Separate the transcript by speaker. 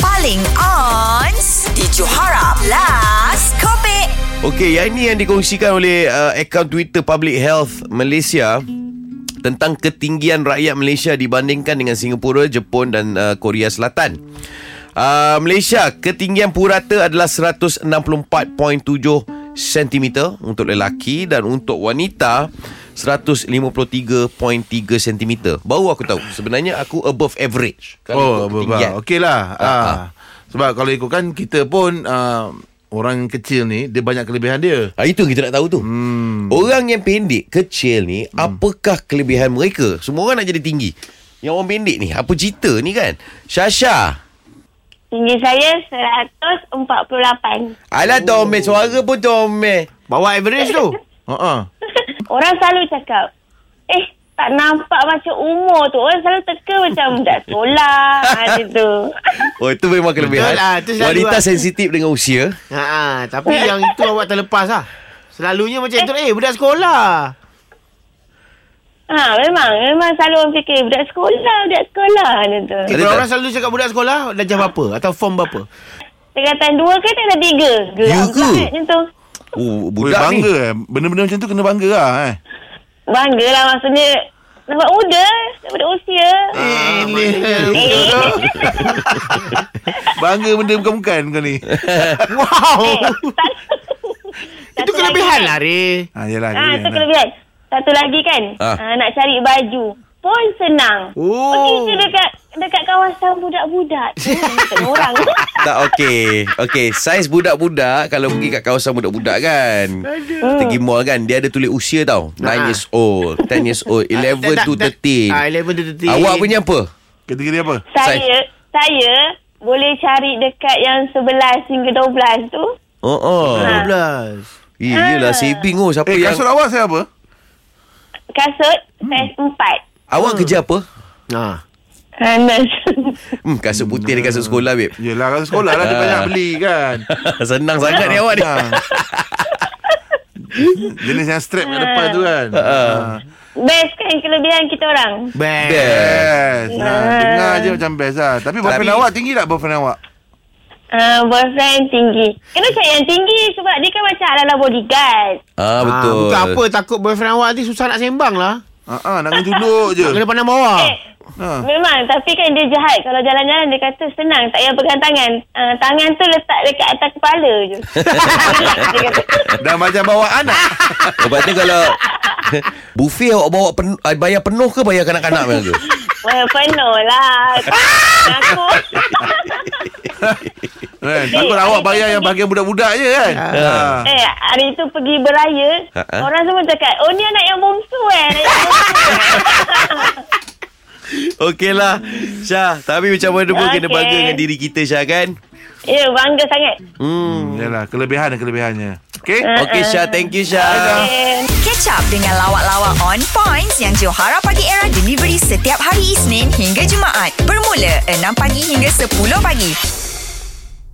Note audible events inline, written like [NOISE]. Speaker 1: paling on di Johara Plus Kopi.
Speaker 2: Okey, yang ini yang dikongsikan oleh uh, akaun Twitter Public Health Malaysia tentang ketinggian rakyat Malaysia dibandingkan dengan Singapura, Jepun dan uh, Korea Selatan. Uh, Malaysia, ketinggian purata adalah 164.7 cm untuk lelaki dan untuk wanita 153.3 cm. Baru aku tahu. Sebenarnya aku above average.
Speaker 3: Oh,
Speaker 2: untuk
Speaker 3: berbah. Okey lah.
Speaker 2: Ah,
Speaker 3: Ah,
Speaker 2: ah.
Speaker 3: Sebab kalau ikutkan kita pun ah, orang kecil ni dia banyak kelebihan dia.
Speaker 2: Ha, itu yang kita nak tahu tu. Hmm. Orang yang pendek, kecil ni, hmm. apakah kelebihan mereka? Semua orang nak jadi tinggi. Yang orang pendek ni, apa cerita ni kan? Sasha.
Speaker 4: Tinggi saya 148.
Speaker 2: Alah oh. domel, suara pun domel.
Speaker 5: Bawa average tu
Speaker 3: Ha ah.
Speaker 4: Orang selalu cakap, eh tak nampak macam umur tu. Orang selalu teka macam dah tolak. [LAUGHS] Macam tu.
Speaker 2: [LAUGHS] Oh, itu memang kelebihan.
Speaker 5: lah, tu selalu
Speaker 2: Wanita
Speaker 5: lah.
Speaker 2: sensitif dengan usia.
Speaker 5: ha, ha, Tapi yang itu awak terlepas lah Selalunya macam tu Eh budak sekolah
Speaker 4: Ha, memang. Memang selalu orang fikir, budak sekolah, budak sekolah. Macam tu.
Speaker 2: Ada
Speaker 5: okay, Kalau
Speaker 2: tak?
Speaker 5: orang selalu cakap budak sekolah Darjah berapa Atau form berapa
Speaker 4: Tingkatan dua ke tingkatan tiga? Gelap
Speaker 2: Ya ke?
Speaker 4: sangat Macam tu.
Speaker 2: Oh,
Speaker 3: Boleh
Speaker 2: budak
Speaker 3: bangga
Speaker 2: ni.
Speaker 3: eh. Benda-benda macam tu kena bangga lah eh.
Speaker 4: Bangga lah maksudnya. Nampak muda daripada usia.
Speaker 3: Eh,
Speaker 5: Ah.
Speaker 3: ni. bangga benda bukan-bukan kau ni.
Speaker 5: Wow
Speaker 4: Eh, satu-
Speaker 5: [LAUGHS] Itu
Speaker 2: eh,
Speaker 4: satu
Speaker 5: kelebihan
Speaker 4: lagi
Speaker 5: lah
Speaker 4: kan.
Speaker 5: Ray
Speaker 3: Ha yalah.
Speaker 4: Ah,
Speaker 3: kelebihan
Speaker 4: itu
Speaker 3: lah.
Speaker 4: kelebihan. Satu lagi kan,
Speaker 2: Ah.
Speaker 4: ah. nak cari baju pun senang.
Speaker 5: Oh.
Speaker 4: Pergi je dekat dekat kawasan budak-budak. Tengok orang.
Speaker 2: Tak okey. Okey, saiz budak-budak kalau pergi kat kawasan budak-budak kan. Pergi mall kan, dia ada tulis usia tau. 9
Speaker 5: Ha.
Speaker 2: years old, 10 years old, 11 to 13.
Speaker 5: Ah, 11 to 13
Speaker 2: Awak punya apa?
Speaker 3: Kategori apa?
Speaker 4: saya saya boleh cari dekat yang 11 hingga 12 tu.
Speaker 2: Oh,
Speaker 5: Ah,
Speaker 2: oh.
Speaker 4: Ha.
Speaker 5: 12
Speaker 2: Eh, yelah saving oh siapa
Speaker 3: Eh,
Speaker 2: yang
Speaker 3: kasut awak saya apa?
Speaker 4: Kasut saiz 4.
Speaker 2: awak kerja apa?
Speaker 5: ah.
Speaker 4: Panas.
Speaker 2: Hmm, kasut putih dan kasut sekolah babe. [LAUGHS]
Speaker 3: Yelah, kasut sekolah lah dia
Speaker 2: Ah.
Speaker 3: banyak beli kan.
Speaker 2: Senang sangat ni awak ni.
Speaker 3: Ah. Jenis yang strap kat depan tu kan. Ah.
Speaker 4: [LAUGHS] Best kan kelebihan kita orang.
Speaker 5: Best.
Speaker 2: Best.
Speaker 3: Best. Ha, dengar je macam best lah. Tapi boyfriend
Speaker 2: Tapi-
Speaker 3: awak tinggi tak boyfriend awak?
Speaker 4: Uh, boyfriend tinggi. Kena cari yang tinggi sebab dia kan macam ala-ala bodyguard.
Speaker 2: Ah betul.
Speaker 5: Ah, bukan apa takut boyfriend awak ni susah nak sembang lah.
Speaker 3: Ha ah, nak kena duduk je.
Speaker 2: Ya.
Speaker 5: Kena pandang bawah.
Speaker 4: Eh,
Speaker 3: Ha.
Speaker 4: Memang Tapi kan dia jahat Kalau jalan-jalan dia kata Senang tak payah pegang tangan uh, Tangan tu letak dekat atas kepala je Dia kata,
Speaker 3: Dah macam bawa anak.
Speaker 2: Lepas tu kalau [LAUGHS] buffet awak bawa pen, ah, bayar penuh ke bayar kanak-kanak memang tu?
Speaker 4: "Wah, Penuh lah Aku
Speaker 3: Kan? Takut awak bayar yang bahagian budak-budak je kan. Ha.
Speaker 4: [LAUGHS] Eh hari tu pergi beraya
Speaker 2: Ha-ha.
Speaker 4: Orang semua cakap Oh ni anak yang bongsu eh Anak yang bongsu
Speaker 2: [LAUGHS] Okey lah Syah Tapi macam mana pun kena
Speaker 4: Okey.
Speaker 2: bangga dengan diri kita Syah kan
Speaker 4: Ya bangga sangat
Speaker 2: hmm.
Speaker 3: Yalah, kelebihan dan kelebihannya. Okey?
Speaker 2: Okey Syah Thank you Syah
Speaker 4: Eh,
Speaker 1: Catch up dengan lawak-lawak on points yang Johara Pagi Era delivery setiap hari Isnin hingga Jumaat bermula 6 pagi hingga 10 pagi.